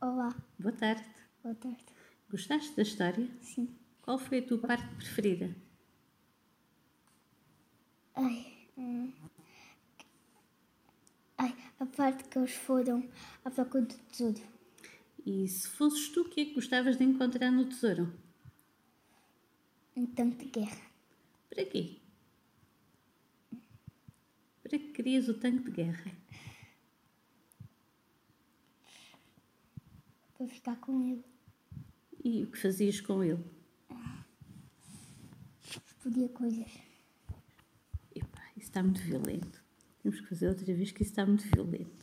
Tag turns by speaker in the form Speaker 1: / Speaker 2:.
Speaker 1: Olá,
Speaker 2: Boa tarde.
Speaker 1: boa tarde.
Speaker 2: Gostaste da história?
Speaker 1: Sim.
Speaker 2: Qual foi a tua parte preferida?
Speaker 1: Ai, hum. Ai, a parte que eles foram à procura do tesouro.
Speaker 2: E se fosses tu, o que é que gostavas de encontrar no tesouro?
Speaker 1: Um tanque de guerra.
Speaker 2: Para quê? Para que querias o tanque de guerra?
Speaker 1: Para ficar com ele.
Speaker 2: E o que fazias com ele?
Speaker 1: Explodia coisas.
Speaker 2: Epá, isso está muito violento. Temos que fazer outra vez que isso está muito violento.